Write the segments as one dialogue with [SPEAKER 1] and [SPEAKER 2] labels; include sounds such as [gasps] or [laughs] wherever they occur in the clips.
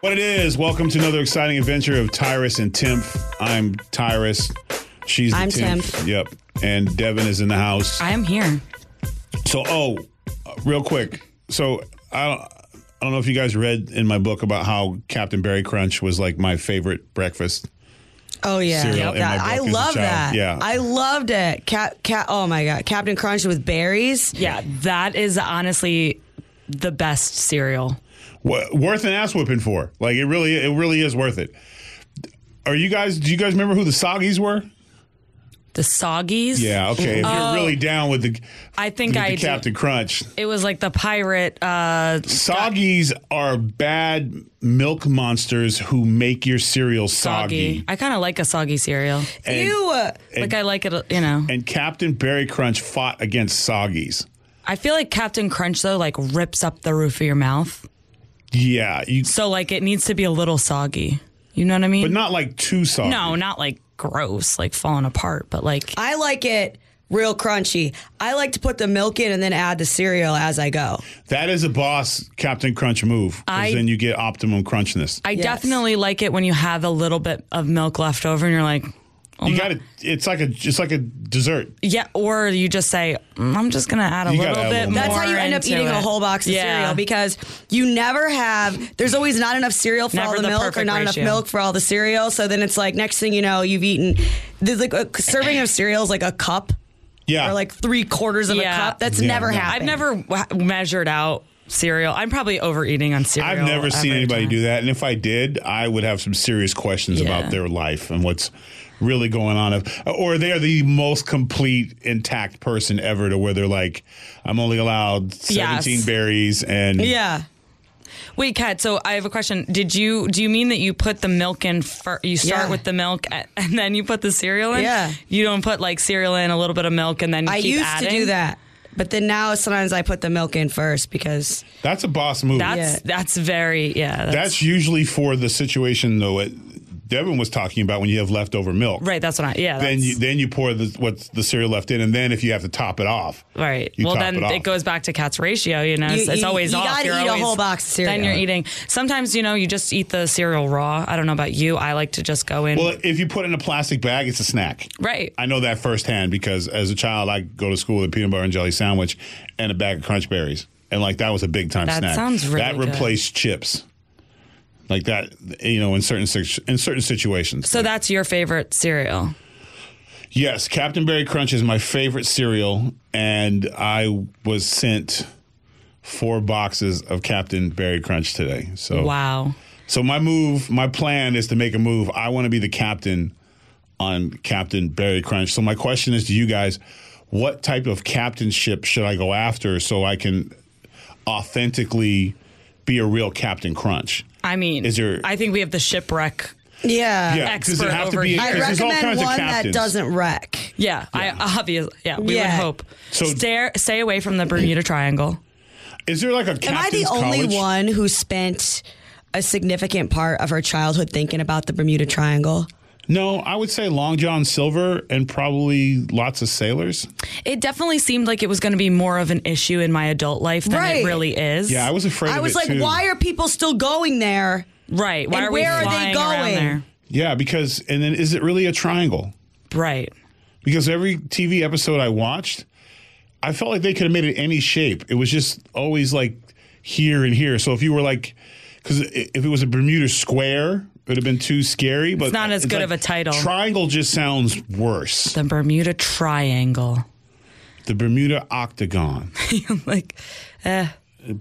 [SPEAKER 1] What it is, welcome to another exciting adventure of Tyrus and Timp. I'm Tyrus. She's the
[SPEAKER 2] I'm
[SPEAKER 1] Timp.
[SPEAKER 2] Timp.
[SPEAKER 1] Yep. And Devin is in the house.
[SPEAKER 3] I am here.
[SPEAKER 1] So, oh, uh, real quick. So, I don't, I don't know if you guys read in my book about how Captain Berry Crunch was like my favorite breakfast.
[SPEAKER 2] Oh yeah,
[SPEAKER 1] Cereal in my
[SPEAKER 2] That- I
[SPEAKER 1] book as a
[SPEAKER 2] love
[SPEAKER 1] child.
[SPEAKER 2] that.
[SPEAKER 1] Yeah.
[SPEAKER 2] I loved it. Cap, cap. Oh my god, Captain Crunch with berries.
[SPEAKER 3] Yeah, that is honestly the best cereal.
[SPEAKER 1] Wha- worth an ass whipping for. Like it really, it really is worth it. Are you guys? Do you guys remember who the Soggies were?
[SPEAKER 3] The soggies.
[SPEAKER 1] Yeah. Okay. If you're really down with the,
[SPEAKER 3] Oh. I think
[SPEAKER 1] with
[SPEAKER 3] I
[SPEAKER 1] the
[SPEAKER 3] do.
[SPEAKER 1] Captain Crunch,
[SPEAKER 3] It was like the pirate. Uh,
[SPEAKER 1] Soggies are bad milk monsters who make your cereal
[SPEAKER 3] soggy.
[SPEAKER 1] soggy.
[SPEAKER 3] I kind of like a soggy cereal.
[SPEAKER 1] And,
[SPEAKER 2] Ew.
[SPEAKER 3] like I like it. You know.
[SPEAKER 1] and Captain Berry Crunch fought against Soggies.
[SPEAKER 3] I feel like Captain Crunch though, like rips up the roof of your mouth.
[SPEAKER 1] Yeah, you,
[SPEAKER 3] So like it needs to be a little soggy. You know what I mean?
[SPEAKER 1] but not like too soggy.
[SPEAKER 3] no, not like gross, like falling apart, but like
[SPEAKER 2] I like it real crunchy. I like to put the milk in and then add the cereal as I go.
[SPEAKER 1] that is a boss Captain Crunch move.
[SPEAKER 3] I-
[SPEAKER 1] Because then you get optimum crunchness.
[SPEAKER 3] I
[SPEAKER 2] Yes.
[SPEAKER 3] definitely like it when you have a little bit of milk left over and you're like,
[SPEAKER 1] you got to It's like a it's like a dessert.
[SPEAKER 3] Yeah, or you just say, "Mm, I'm just gonna add a
[SPEAKER 1] You
[SPEAKER 3] little
[SPEAKER 1] gotta add a
[SPEAKER 3] bit.
[SPEAKER 1] little
[SPEAKER 3] more
[SPEAKER 2] That's how you end up
[SPEAKER 3] into
[SPEAKER 2] eating a
[SPEAKER 3] it."
[SPEAKER 2] whole box of
[SPEAKER 3] Yeah.
[SPEAKER 2] cereal because you never have. There's always not enough cereal for
[SPEAKER 3] Never
[SPEAKER 2] all the,
[SPEAKER 3] the
[SPEAKER 2] milk, or
[SPEAKER 3] perfect
[SPEAKER 2] not enough
[SPEAKER 3] ratio.
[SPEAKER 2] milk for all the cereal. So then it's like next thing you know, you've eaten. There's like a serving of cereal is like a cup
[SPEAKER 1] Yeah.
[SPEAKER 2] or like three quarters of
[SPEAKER 3] Yeah.
[SPEAKER 2] a cup. That's
[SPEAKER 1] Yeah,
[SPEAKER 2] never
[SPEAKER 1] no. I've
[SPEAKER 2] happened.
[SPEAKER 3] I've never w- measured out cereal. I'm probably overeating on cereal.
[SPEAKER 1] I've never seen
[SPEAKER 3] every
[SPEAKER 1] anybody
[SPEAKER 3] time.
[SPEAKER 1] do that, and if I did, I would have some serious questions
[SPEAKER 3] Yeah.
[SPEAKER 1] about their life and what's really going on. If- Or they're the most complete intact person ever, to where they're like, "I'm only allowed 17
[SPEAKER 3] Yes.
[SPEAKER 1] berries," and
[SPEAKER 2] Yeah.
[SPEAKER 3] Wait, Kat. So I have a question. Did you do you mean that you put the milk in? Fir- you start
[SPEAKER 2] Yeah.
[SPEAKER 3] with the milk a- and then you put the cereal in.
[SPEAKER 2] Yeah.
[SPEAKER 3] You don't put like cereal in a little bit of milk and then you
[SPEAKER 2] I
[SPEAKER 3] keep
[SPEAKER 2] used
[SPEAKER 3] adding?
[SPEAKER 2] to do that, but then now sometimes I put the milk in first because
[SPEAKER 1] that's a boss move.
[SPEAKER 3] That's
[SPEAKER 2] Yeah.
[SPEAKER 3] that's very yeah. That's,
[SPEAKER 1] That's usually for the situation though. What Devin was talking about when you have leftover milk.
[SPEAKER 3] right. That's what I yeah.
[SPEAKER 1] Then
[SPEAKER 3] that's-
[SPEAKER 1] you then you pour the what's the cereal left in, and then if you have to top it off,
[SPEAKER 3] Right.
[SPEAKER 1] You
[SPEAKER 3] well,
[SPEAKER 1] top
[SPEAKER 3] then
[SPEAKER 1] it off.
[SPEAKER 3] goes back to cat's ratio. You know,
[SPEAKER 2] You-
[SPEAKER 3] it's, it's
[SPEAKER 2] you-
[SPEAKER 3] always
[SPEAKER 2] you
[SPEAKER 3] off.
[SPEAKER 2] gotta
[SPEAKER 3] You're
[SPEAKER 2] eat a
[SPEAKER 3] always-
[SPEAKER 2] whole box of cereal.
[SPEAKER 3] Then you're eating. Sometimes you know you just eat the cereal raw. I don't know about you. I like to just go in.
[SPEAKER 1] Well, if you put it in a plastic bag, it's a snack.
[SPEAKER 3] Right.
[SPEAKER 1] I know that firsthand because as a child, I go to school with a peanut butter and jelly sandwich and a bag of crunch berries. And like that was a big time
[SPEAKER 3] That
[SPEAKER 1] snack.
[SPEAKER 3] sounds really
[SPEAKER 1] That
[SPEAKER 3] good.
[SPEAKER 1] replaced chips. Like that, you know, in certain situ- in certain situations.
[SPEAKER 3] so that's your favorite cereal.
[SPEAKER 1] Yes, Captain Berry Crunch is my favorite cereal, and I was sent four boxes of Captain Berry Crunch today. So
[SPEAKER 3] Wow.
[SPEAKER 1] So my move, my plan is to make a move. I want to be the captain on Captain Barry Crunch. So my question is to you guys, what type of captainship should I go after so I can authentically be a real Captain Crunch?
[SPEAKER 3] I mean,
[SPEAKER 1] Is there-
[SPEAKER 3] I think we have the shipwreck.
[SPEAKER 2] yeah.
[SPEAKER 1] Yeah, does it
[SPEAKER 3] Expert
[SPEAKER 1] have to
[SPEAKER 3] over
[SPEAKER 1] be?
[SPEAKER 3] here.
[SPEAKER 2] I
[SPEAKER 1] 'cause there's all
[SPEAKER 2] recommend
[SPEAKER 1] kinds of
[SPEAKER 2] one that
[SPEAKER 1] captains.
[SPEAKER 2] doesn't wreck.
[SPEAKER 3] Yeah, I obviously. Yeah, we
[SPEAKER 2] Yeah.
[SPEAKER 3] would hope.
[SPEAKER 1] So-
[SPEAKER 3] Stare, stay away from the Bermuda Triangle.
[SPEAKER 1] Is there like a
[SPEAKER 2] Am I the
[SPEAKER 1] captain's
[SPEAKER 2] only
[SPEAKER 1] college?
[SPEAKER 2] one who spent a significant part of her childhood thinking about the Bermuda Triangle?
[SPEAKER 1] No, I would say Long John Silver and probably lots of sailors.
[SPEAKER 3] It definitely seemed like it was going to be more of an issue in my adult life than
[SPEAKER 2] Right.
[SPEAKER 3] it really is.
[SPEAKER 1] Yeah, I was afraid.
[SPEAKER 2] I
[SPEAKER 1] of
[SPEAKER 2] was
[SPEAKER 1] it,
[SPEAKER 2] like,
[SPEAKER 1] too.
[SPEAKER 2] why are people still going there?
[SPEAKER 3] Right. Why
[SPEAKER 2] And
[SPEAKER 3] are we
[SPEAKER 2] where are they
[SPEAKER 3] flying around
[SPEAKER 2] going?
[SPEAKER 3] there?
[SPEAKER 1] Yeah, because and then is it really a triangle?
[SPEAKER 3] Right.
[SPEAKER 1] because every TV episode I watched, I felt like they could have made it any shape. It was just always like here and here. So if you were like, because if it was a Bermuda Square, it would have been too scary. But
[SPEAKER 3] not as good of a title.
[SPEAKER 1] Triangle just sounds worse.
[SPEAKER 3] The Bermuda Triangle. [laughs]
[SPEAKER 1] The Bermuda Octagon,
[SPEAKER 3] like,
[SPEAKER 1] the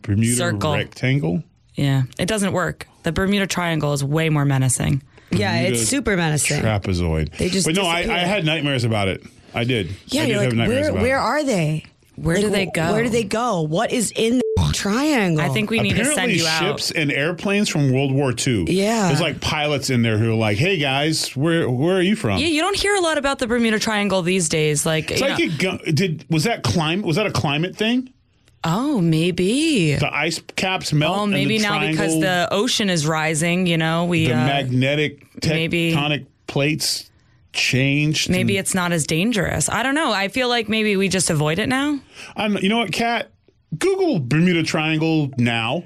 [SPEAKER 1] Bermuda
[SPEAKER 3] Circle.
[SPEAKER 1] Rectangle.
[SPEAKER 3] yeah, it doesn't work. The Bermuda Triangle is way more menacing.
[SPEAKER 2] Yeah,
[SPEAKER 1] Bermuda
[SPEAKER 2] it's super menacing.
[SPEAKER 1] Trapezoid. They
[SPEAKER 2] just
[SPEAKER 1] but no, I, I
[SPEAKER 2] disappear.
[SPEAKER 1] had nightmares about it. I did.
[SPEAKER 2] Yeah,
[SPEAKER 1] I did
[SPEAKER 2] you're like,
[SPEAKER 1] have nightmares
[SPEAKER 2] where,
[SPEAKER 1] about
[SPEAKER 2] where
[SPEAKER 1] it.
[SPEAKER 2] are they?
[SPEAKER 3] Where do they go?
[SPEAKER 2] Where do they go? What is in the triangle.
[SPEAKER 3] I think we need to send
[SPEAKER 1] Apparently,
[SPEAKER 3] you
[SPEAKER 1] ships
[SPEAKER 3] out.
[SPEAKER 1] and airplanes from World War II.
[SPEAKER 2] Yeah.
[SPEAKER 1] there's like pilots in there who are like, "Hey guys, where where are you from?"
[SPEAKER 3] Yeah, you don't hear a lot about the Bermuda Triangle these days. Like,
[SPEAKER 1] it's
[SPEAKER 3] you
[SPEAKER 1] like
[SPEAKER 3] know-
[SPEAKER 1] it go- did was that climate was that a climate thing?
[SPEAKER 3] oh, maybe.
[SPEAKER 1] The ice caps melt.
[SPEAKER 3] Oh,
[SPEAKER 1] and the
[SPEAKER 3] maybe now because
[SPEAKER 1] triangle-
[SPEAKER 3] the ocean is rising. You know, we
[SPEAKER 1] the
[SPEAKER 3] uh,
[SPEAKER 1] magnetic
[SPEAKER 3] maybe-
[SPEAKER 1] tectonic plates changed.
[SPEAKER 3] maybe it's not as dangerous. I don't know. I feel like maybe we just avoid it now.
[SPEAKER 1] I'm, you know what, Kat? Google Bermuda Triangle now,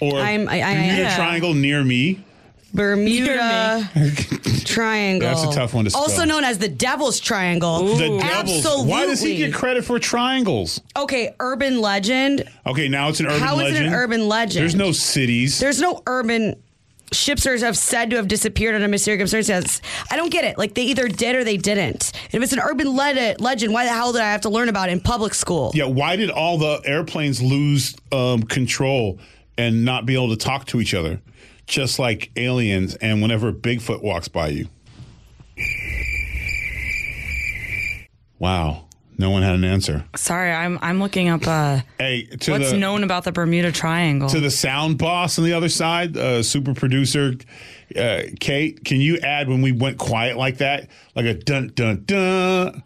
[SPEAKER 1] or
[SPEAKER 2] I'm- I- I-
[SPEAKER 1] Bermuda
[SPEAKER 3] yeah.
[SPEAKER 1] Triangle near me.
[SPEAKER 2] Bermuda [laughs] Triangle.
[SPEAKER 1] That's a tough one to spell.
[SPEAKER 2] Also known as the Devil's Triangle.
[SPEAKER 1] The devil's. Why does he
[SPEAKER 2] Absolutely.
[SPEAKER 1] get credit for triangles?
[SPEAKER 2] Okay, urban legend.
[SPEAKER 1] Okay, now it's an urban
[SPEAKER 2] How is
[SPEAKER 1] legend.
[SPEAKER 2] it an urban legend?
[SPEAKER 1] There's no cities.
[SPEAKER 2] There's no urban ships are have said to have disappeared under mysterious circumstances. I don't get it. Like they either did or they didn't. And if it's an urban le- legend, why the hell did I have to learn about it in public school?
[SPEAKER 1] yeah, why did all the airplanes lose um, control and not be able to talk to each other, just like aliens? And whenever Bigfoot walks by you, wow, no one had an answer.
[SPEAKER 3] Sorry, I'm I'm looking up uh,
[SPEAKER 1] Hey, to
[SPEAKER 3] what's
[SPEAKER 1] the
[SPEAKER 3] known about the Bermuda Triangle.
[SPEAKER 1] to the sound boss on the other side, uh, super producer uh, Kate. Can you add when we went quiet like that, like a dun dun dun?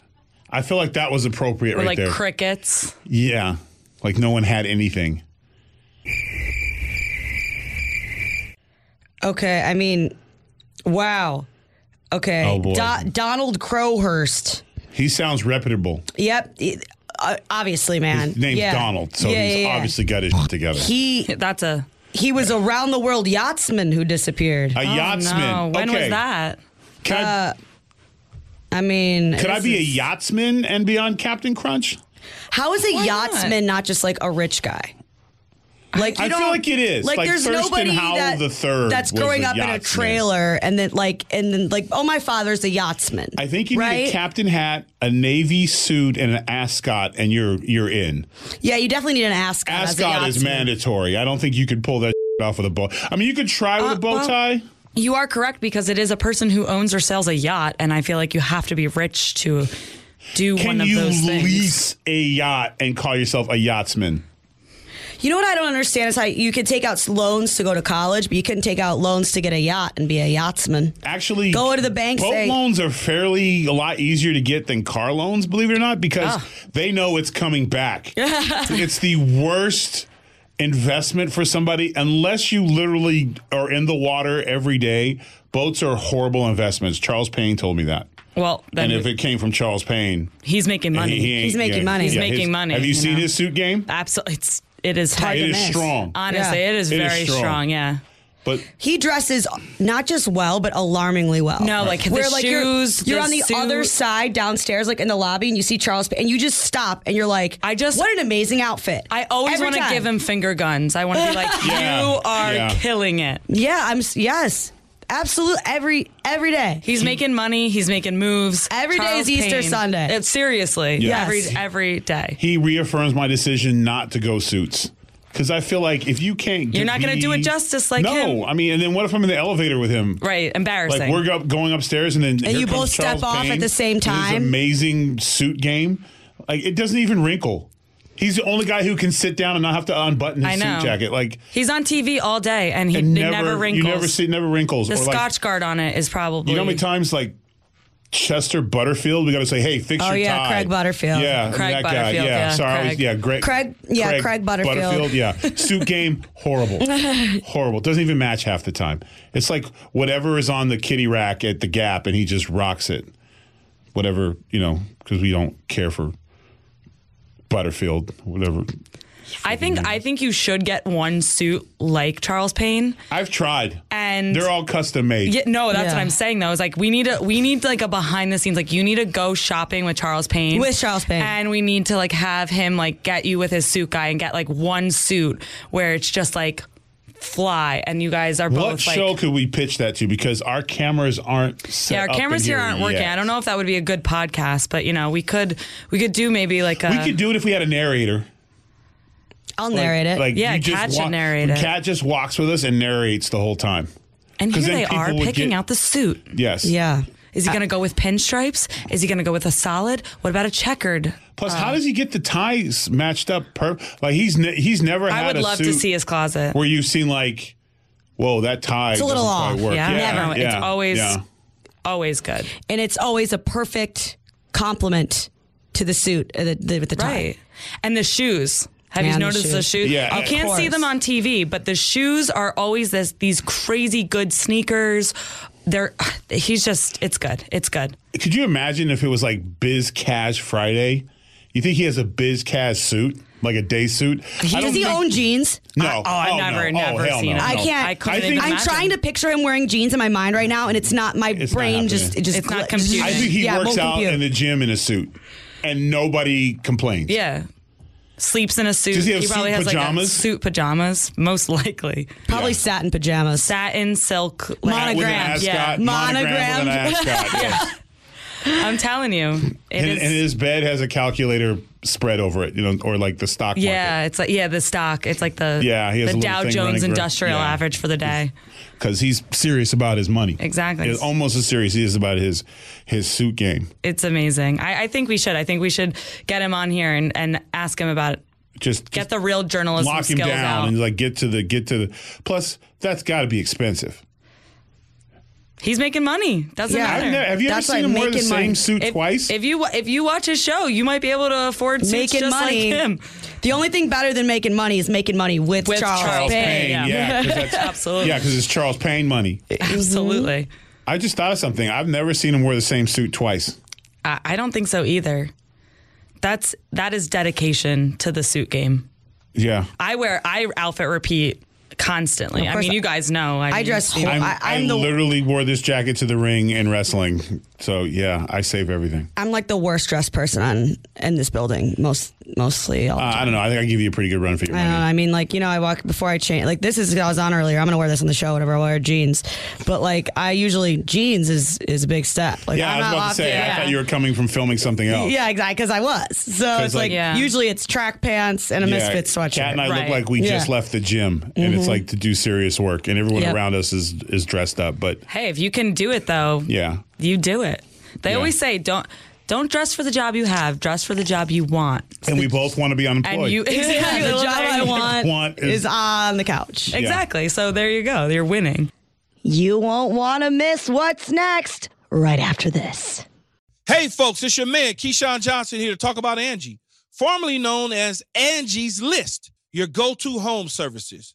[SPEAKER 1] I feel like that was appropriate
[SPEAKER 3] Or
[SPEAKER 1] right
[SPEAKER 3] like
[SPEAKER 1] there.
[SPEAKER 3] crickets.
[SPEAKER 1] yeah, like no one had anything.
[SPEAKER 2] Okay, I mean, wow. Okay,
[SPEAKER 1] Oh, boy.
[SPEAKER 2] Do- Donald Crowhurst.
[SPEAKER 1] He sounds reputable.
[SPEAKER 2] Yep, It- uh, obviously, man.
[SPEAKER 1] His name's
[SPEAKER 2] Yeah.
[SPEAKER 1] Donald, so
[SPEAKER 2] Yeah,
[SPEAKER 1] he's
[SPEAKER 2] yeah, yeah.
[SPEAKER 1] obviously got his shit together.
[SPEAKER 2] he
[SPEAKER 3] That's a
[SPEAKER 2] he was a round the world yachtsman who disappeared.
[SPEAKER 1] a
[SPEAKER 3] oh,
[SPEAKER 1] yachtsman.
[SPEAKER 3] No. When
[SPEAKER 1] okay.
[SPEAKER 3] was that?
[SPEAKER 1] Can I,
[SPEAKER 2] I mean,
[SPEAKER 1] could I
[SPEAKER 2] this
[SPEAKER 1] be a
[SPEAKER 2] is-
[SPEAKER 1] yachtsman and be on Captain Crunch?
[SPEAKER 2] How is a
[SPEAKER 3] Why not?
[SPEAKER 2] yachtsman not? just like a rich guy? Like you
[SPEAKER 1] I feel
[SPEAKER 2] don't-
[SPEAKER 1] like it is. Like, Thurston Howell the Third
[SPEAKER 2] that's
[SPEAKER 1] was
[SPEAKER 2] growing
[SPEAKER 1] a
[SPEAKER 2] up in a
[SPEAKER 1] yachtsman.
[SPEAKER 2] trailer and then like and then like oh my father's a yachtsman.
[SPEAKER 1] I think you
[SPEAKER 2] right?
[SPEAKER 1] need a captain hat, a navy suit, and an ascot, and you're you're in.
[SPEAKER 2] Yeah, you definitely need an ascot. as a
[SPEAKER 1] Ascot is
[SPEAKER 2] yachtsman.
[SPEAKER 1] mandatory. I don't think you could pull that [laughs] off with a bow. I mean, you could try with
[SPEAKER 3] Uh,
[SPEAKER 1] a bow
[SPEAKER 3] well-
[SPEAKER 1] tie.
[SPEAKER 3] You are correct because it is a person who owns or sells a yacht, and I feel like you have to be rich to do
[SPEAKER 1] Can
[SPEAKER 3] one of
[SPEAKER 1] you
[SPEAKER 3] those things.
[SPEAKER 1] lease a yacht and call yourself a yachtsman?
[SPEAKER 2] You know what I don't understand is how you could take out loans to go to college, but you couldn't take out loans to get a yacht and be a yachtsman.
[SPEAKER 1] Actually,
[SPEAKER 2] Go to the bank,
[SPEAKER 1] Boat
[SPEAKER 2] say-
[SPEAKER 1] loans are fairly a lot easier to get than car loans, believe it or not, because
[SPEAKER 2] Ah.
[SPEAKER 1] they know it's coming
[SPEAKER 2] [laughs]
[SPEAKER 1] back. it's the worst investment for somebody unless you literally are in the water every day. Boats are horrible investments. Charles Payne told me that.
[SPEAKER 3] Well, then
[SPEAKER 1] and if it came from Charles Payne,
[SPEAKER 3] he's making money.
[SPEAKER 1] He- he ain't-
[SPEAKER 2] He's making money. He's
[SPEAKER 3] making
[SPEAKER 1] his-
[SPEAKER 3] money,
[SPEAKER 1] Have you,
[SPEAKER 3] you
[SPEAKER 1] seen
[SPEAKER 3] know?
[SPEAKER 1] his suit game?
[SPEAKER 3] Absolutely, it's it is
[SPEAKER 2] hard
[SPEAKER 3] hard.
[SPEAKER 2] to
[SPEAKER 1] It is
[SPEAKER 2] miss.
[SPEAKER 1] strong.
[SPEAKER 3] Honestly,
[SPEAKER 2] Yeah.
[SPEAKER 3] it is
[SPEAKER 1] It is
[SPEAKER 3] very
[SPEAKER 1] strong.
[SPEAKER 3] strong. Yeah.
[SPEAKER 1] But
[SPEAKER 2] He dresses not just well, but alarmingly well.
[SPEAKER 3] No, like the
[SPEAKER 2] where like
[SPEAKER 3] shoes,
[SPEAKER 2] you're, you're
[SPEAKER 3] the
[SPEAKER 2] on the
[SPEAKER 3] suit.
[SPEAKER 2] other side downstairs, like in the lobby, and you see Charles, P- and you just stop and you're like,
[SPEAKER 3] I just-
[SPEAKER 2] what an amazing outfit.
[SPEAKER 3] I always
[SPEAKER 2] Every
[SPEAKER 3] want to
[SPEAKER 2] time.
[SPEAKER 3] give him finger guns. I
[SPEAKER 2] [laughs]
[SPEAKER 3] want to be like,
[SPEAKER 1] Yeah.
[SPEAKER 3] you are
[SPEAKER 1] Yeah.
[SPEAKER 3] killing it.
[SPEAKER 2] Yeah, I'm. s- Yes, absolute every every day.
[SPEAKER 3] He's making money. He's making moves.
[SPEAKER 2] Every
[SPEAKER 3] Every
[SPEAKER 2] day
[SPEAKER 3] day
[SPEAKER 2] is Easter Sunday.
[SPEAKER 3] It's seriously.
[SPEAKER 1] Yes.
[SPEAKER 3] Every every day.
[SPEAKER 1] he reaffirms my decision not to go suits. Because I feel like if you can't,
[SPEAKER 3] You're not gonna
[SPEAKER 1] to
[SPEAKER 3] do it justice like
[SPEAKER 1] no,
[SPEAKER 3] him.
[SPEAKER 1] No, I mean, and then what if I'm in the elevator with him?
[SPEAKER 3] Right. Embarrassing.
[SPEAKER 1] Like we're go- going upstairs, and then and
[SPEAKER 2] you both step off at the same time?
[SPEAKER 1] amazing suit game. Like it doesn't even wrinkle. He's the only guy who can sit down and not have to unbutton
[SPEAKER 3] I
[SPEAKER 1] his
[SPEAKER 3] know.
[SPEAKER 1] suit jacket. Like
[SPEAKER 3] He's on TV all day, and he
[SPEAKER 1] it
[SPEAKER 3] they never, wrinkles.
[SPEAKER 1] You never see never wrinkles.
[SPEAKER 3] the
[SPEAKER 1] or like,
[SPEAKER 3] Scotch guard on it is probably.
[SPEAKER 1] You know how many times like Chester Butterfield, we got to say, "Hey, fix
[SPEAKER 2] Oh,
[SPEAKER 1] your
[SPEAKER 2] yeah,
[SPEAKER 1] tie."
[SPEAKER 2] Craig Butterfield.
[SPEAKER 1] Yeah,
[SPEAKER 3] Craig
[SPEAKER 1] that
[SPEAKER 3] Butterfield,
[SPEAKER 1] Guy. Yeah,
[SPEAKER 3] yeah,
[SPEAKER 1] sorry, I was-
[SPEAKER 3] Craig.
[SPEAKER 1] yeah, Greg.
[SPEAKER 2] Craig- yeah, Craig Butterfield.
[SPEAKER 3] [laughs]
[SPEAKER 1] yeah, suit game, horrible, horrible. Doesn't even match half the time. It's like whatever is on the kitty rack at the Gap, and he just rocks it. Whatever you know, because we don't care for Butterfield. Whatever.
[SPEAKER 3] I think I think you should get one suit like Charles Payne.
[SPEAKER 1] I've tried,
[SPEAKER 3] And
[SPEAKER 1] they're all custom made.
[SPEAKER 3] Yeah, no, that's
[SPEAKER 2] Yeah.
[SPEAKER 3] what I'm saying though. Is like we need a we need like a behind the scenes. Like you need to go shopping with Charles Payne.
[SPEAKER 2] With Charles Payne.
[SPEAKER 3] And we need to like have him like get you with his suit guy and get like one suit where it's just like fly and you guys are
[SPEAKER 1] What
[SPEAKER 3] both
[SPEAKER 1] show
[SPEAKER 3] like
[SPEAKER 1] could we pitch that to? Because our cameras aren't. Set
[SPEAKER 3] yeah, our
[SPEAKER 1] up in
[SPEAKER 3] cameras here aren't working.
[SPEAKER 1] yet.
[SPEAKER 3] I don't know if that would be a good podcast, but you know, we could we could do maybe like a
[SPEAKER 1] We could do it if we had a narrator.
[SPEAKER 2] I'll narrate it.
[SPEAKER 1] Like
[SPEAKER 3] Yeah,
[SPEAKER 1] you just
[SPEAKER 3] Kat should
[SPEAKER 1] wa-
[SPEAKER 3] narrate it.
[SPEAKER 1] Kat just walks with us and narrates the whole time.
[SPEAKER 3] and
[SPEAKER 1] 'cause
[SPEAKER 3] here
[SPEAKER 1] then
[SPEAKER 3] they are
[SPEAKER 1] people would
[SPEAKER 3] picking
[SPEAKER 1] get-
[SPEAKER 3] out the suit.
[SPEAKER 1] Yes.
[SPEAKER 2] yeah.
[SPEAKER 3] Is he going to go with pinstripes? Is he going to go with a solid? What about a checkered? Uh,
[SPEAKER 1] Plus, how does he get the ties matched up? Per like he's ne- he's never had
[SPEAKER 3] I would
[SPEAKER 1] a
[SPEAKER 3] love to
[SPEAKER 1] suit
[SPEAKER 3] see his closet.
[SPEAKER 1] where you've seen like, whoa, that tie.
[SPEAKER 2] a little
[SPEAKER 1] doesn't quite
[SPEAKER 2] off,
[SPEAKER 1] Work.
[SPEAKER 3] yeah.
[SPEAKER 2] Never.
[SPEAKER 3] It's always- Always good.
[SPEAKER 2] and it's always a perfect compliment to the suit uh, the, the, with the tie.
[SPEAKER 3] Right. And the shoes. Have
[SPEAKER 2] Man,
[SPEAKER 3] you
[SPEAKER 2] the
[SPEAKER 3] noticed the
[SPEAKER 2] shoes.
[SPEAKER 3] shoes?
[SPEAKER 1] Yeah.
[SPEAKER 3] you
[SPEAKER 1] Of
[SPEAKER 3] can't see
[SPEAKER 2] course.
[SPEAKER 3] them on TV, but the shoes are always this these crazy good sneakers. They're [sighs] he's just it's good. It's good.
[SPEAKER 1] Could you imagine if it was like Biz Cash Friday? You think he has a Biz Cash suit, like a day suit? I
[SPEAKER 2] Does
[SPEAKER 1] don't
[SPEAKER 2] he
[SPEAKER 1] think-
[SPEAKER 2] own jeans?
[SPEAKER 1] No.
[SPEAKER 3] I- oh, I've never-
[SPEAKER 1] no.
[SPEAKER 3] never
[SPEAKER 1] oh, hell
[SPEAKER 3] seen
[SPEAKER 1] no,
[SPEAKER 3] it.
[SPEAKER 1] no.
[SPEAKER 2] I can't.
[SPEAKER 3] I couldn't
[SPEAKER 1] I think-
[SPEAKER 3] even
[SPEAKER 2] I'm
[SPEAKER 3] imagine.
[SPEAKER 2] trying to picture him wearing jeans in my mind right now, and it's not. My
[SPEAKER 1] It's not
[SPEAKER 2] brain just
[SPEAKER 1] happening.
[SPEAKER 2] it just
[SPEAKER 3] It's not
[SPEAKER 2] gl- just-
[SPEAKER 3] computing.
[SPEAKER 1] I think he
[SPEAKER 2] yeah, it
[SPEAKER 1] works
[SPEAKER 2] won't
[SPEAKER 1] out
[SPEAKER 2] compute.
[SPEAKER 1] in the gym in a suit, and nobody complains.
[SPEAKER 3] Yeah. Sleeps in a suit.
[SPEAKER 1] Does he have
[SPEAKER 3] probably
[SPEAKER 1] suit
[SPEAKER 3] has like a
[SPEAKER 1] pajamas?
[SPEAKER 3] suit pajamas, most [laughs] likely.
[SPEAKER 2] Probably
[SPEAKER 1] Yeah.
[SPEAKER 2] satin pajamas.
[SPEAKER 3] Satin silk like-
[SPEAKER 1] With an
[SPEAKER 2] Monogrammed,
[SPEAKER 1] ascot,
[SPEAKER 2] yeah.
[SPEAKER 1] Monogrammed.
[SPEAKER 2] Monogrammed.
[SPEAKER 1] with an
[SPEAKER 3] [laughs]
[SPEAKER 1] ascot. yes.
[SPEAKER 3] I'm telling you. It
[SPEAKER 1] and,
[SPEAKER 3] is
[SPEAKER 1] and his bed has a calculator spread over it, you know, or like the stock
[SPEAKER 3] yeah, it's like yeah, the stock. It's like the
[SPEAKER 1] Yeah, he has a
[SPEAKER 3] the
[SPEAKER 1] little
[SPEAKER 3] Dow
[SPEAKER 1] thing
[SPEAKER 3] Jones
[SPEAKER 1] running-
[SPEAKER 3] Industrial
[SPEAKER 1] yeah.
[SPEAKER 3] Average for the day.
[SPEAKER 1] because he's serious about his money.
[SPEAKER 3] Exactly.
[SPEAKER 1] It's almost as serious he is about his his suit game.
[SPEAKER 3] It's amazing. I, I think we should. I think we should get him on here and, and ask him about it.
[SPEAKER 1] Just
[SPEAKER 3] Get
[SPEAKER 1] just
[SPEAKER 3] the real journalism
[SPEAKER 1] lock him
[SPEAKER 3] skills
[SPEAKER 1] down
[SPEAKER 3] out.
[SPEAKER 1] and like get to the get to the. Plus, that's got to be expensive.
[SPEAKER 3] He's making money. Doesn't
[SPEAKER 2] Yeah.
[SPEAKER 3] matter.
[SPEAKER 1] I've never, have you
[SPEAKER 2] That's
[SPEAKER 1] ever seen
[SPEAKER 2] like
[SPEAKER 1] him wear the
[SPEAKER 2] making
[SPEAKER 1] same
[SPEAKER 2] money.
[SPEAKER 1] suit
[SPEAKER 3] if,
[SPEAKER 1] twice?
[SPEAKER 3] If you wa- if you watch his show, you might be able to afford suits
[SPEAKER 2] Making
[SPEAKER 3] just
[SPEAKER 2] money.
[SPEAKER 3] like him.
[SPEAKER 2] The only thing better than making money is making money with,
[SPEAKER 3] With
[SPEAKER 2] Charles,
[SPEAKER 3] Charles
[SPEAKER 2] Payne.
[SPEAKER 3] Payne.
[SPEAKER 1] Payne,
[SPEAKER 3] yeah.
[SPEAKER 1] yeah, Mm-hmm. 'cause
[SPEAKER 3] [laughs]
[SPEAKER 1] that's-
[SPEAKER 3] Absolutely.
[SPEAKER 1] yeah, because it's Charles Payne money.
[SPEAKER 3] Absolutely.
[SPEAKER 1] I just thought of something. I've never seen him wear the same suit twice.
[SPEAKER 3] I, I don't think so either. That's that is dedication to the suit game.
[SPEAKER 1] Yeah,
[SPEAKER 3] I wear I outfit repeat constantly. I
[SPEAKER 2] course.
[SPEAKER 3] mean, you guys know. I,
[SPEAKER 2] I
[SPEAKER 3] mean,
[SPEAKER 2] dress. Whole,
[SPEAKER 1] I'm,
[SPEAKER 2] I,
[SPEAKER 1] I
[SPEAKER 2] am the
[SPEAKER 1] literally wore this jacket to the ring and wrestling. So yeah, I save everything.
[SPEAKER 2] I'm like the worst dressed person on in this building. Most mostly. All the
[SPEAKER 1] Uh,
[SPEAKER 2] time.
[SPEAKER 1] I don't know. I think I give you a pretty good run for your
[SPEAKER 2] I don't know.
[SPEAKER 1] money.
[SPEAKER 2] I mean, like you know, I walk before I change. Like this is I was on earlier. I'm gonna wear this on the show. Whatever. I wear jeans, but like I usually jeans is is a big step. Like
[SPEAKER 1] Yeah, I
[SPEAKER 2] I'm
[SPEAKER 1] was
[SPEAKER 2] not
[SPEAKER 1] about to
[SPEAKER 2] off-
[SPEAKER 1] say.
[SPEAKER 2] yeah.
[SPEAKER 1] I thought you were coming from filming something else.
[SPEAKER 2] Yeah, exactly. Because I was. So it's
[SPEAKER 1] Oh. like-
[SPEAKER 2] like
[SPEAKER 3] Yeah.
[SPEAKER 2] usually it's track pants and a
[SPEAKER 1] Yeah,
[SPEAKER 2] misfit sweatshirt.
[SPEAKER 1] Kat and I [laughs] look
[SPEAKER 3] Right.
[SPEAKER 1] like we
[SPEAKER 2] Yeah. Mm-hmm.
[SPEAKER 1] just left the gym, and it's like to do serious work, and everyone
[SPEAKER 2] Yep.
[SPEAKER 1] around us is is dressed up. But
[SPEAKER 3] Hey, if you can do it though,
[SPEAKER 1] yeah,
[SPEAKER 3] you do it. They
[SPEAKER 1] Yeah.
[SPEAKER 3] always say don't don't dress for the job you have, dress for the job you want.
[SPEAKER 1] and we both want to be
[SPEAKER 3] And
[SPEAKER 1] unemployed.
[SPEAKER 3] you
[SPEAKER 2] [laughs]
[SPEAKER 3] [laughs]
[SPEAKER 2] Yeah,
[SPEAKER 3] exactly
[SPEAKER 2] the job I
[SPEAKER 1] [laughs]
[SPEAKER 2] want,
[SPEAKER 1] Want
[SPEAKER 2] is,
[SPEAKER 1] is-
[SPEAKER 2] on the couch.
[SPEAKER 3] Exactly. So there you go. You're winning.
[SPEAKER 2] You won't want to miss what's next right after this.
[SPEAKER 4] Hey, folks, it's your man, Keyshawn Johnson, here to talk about Angie, formerly known as Angie's List, your go to home services,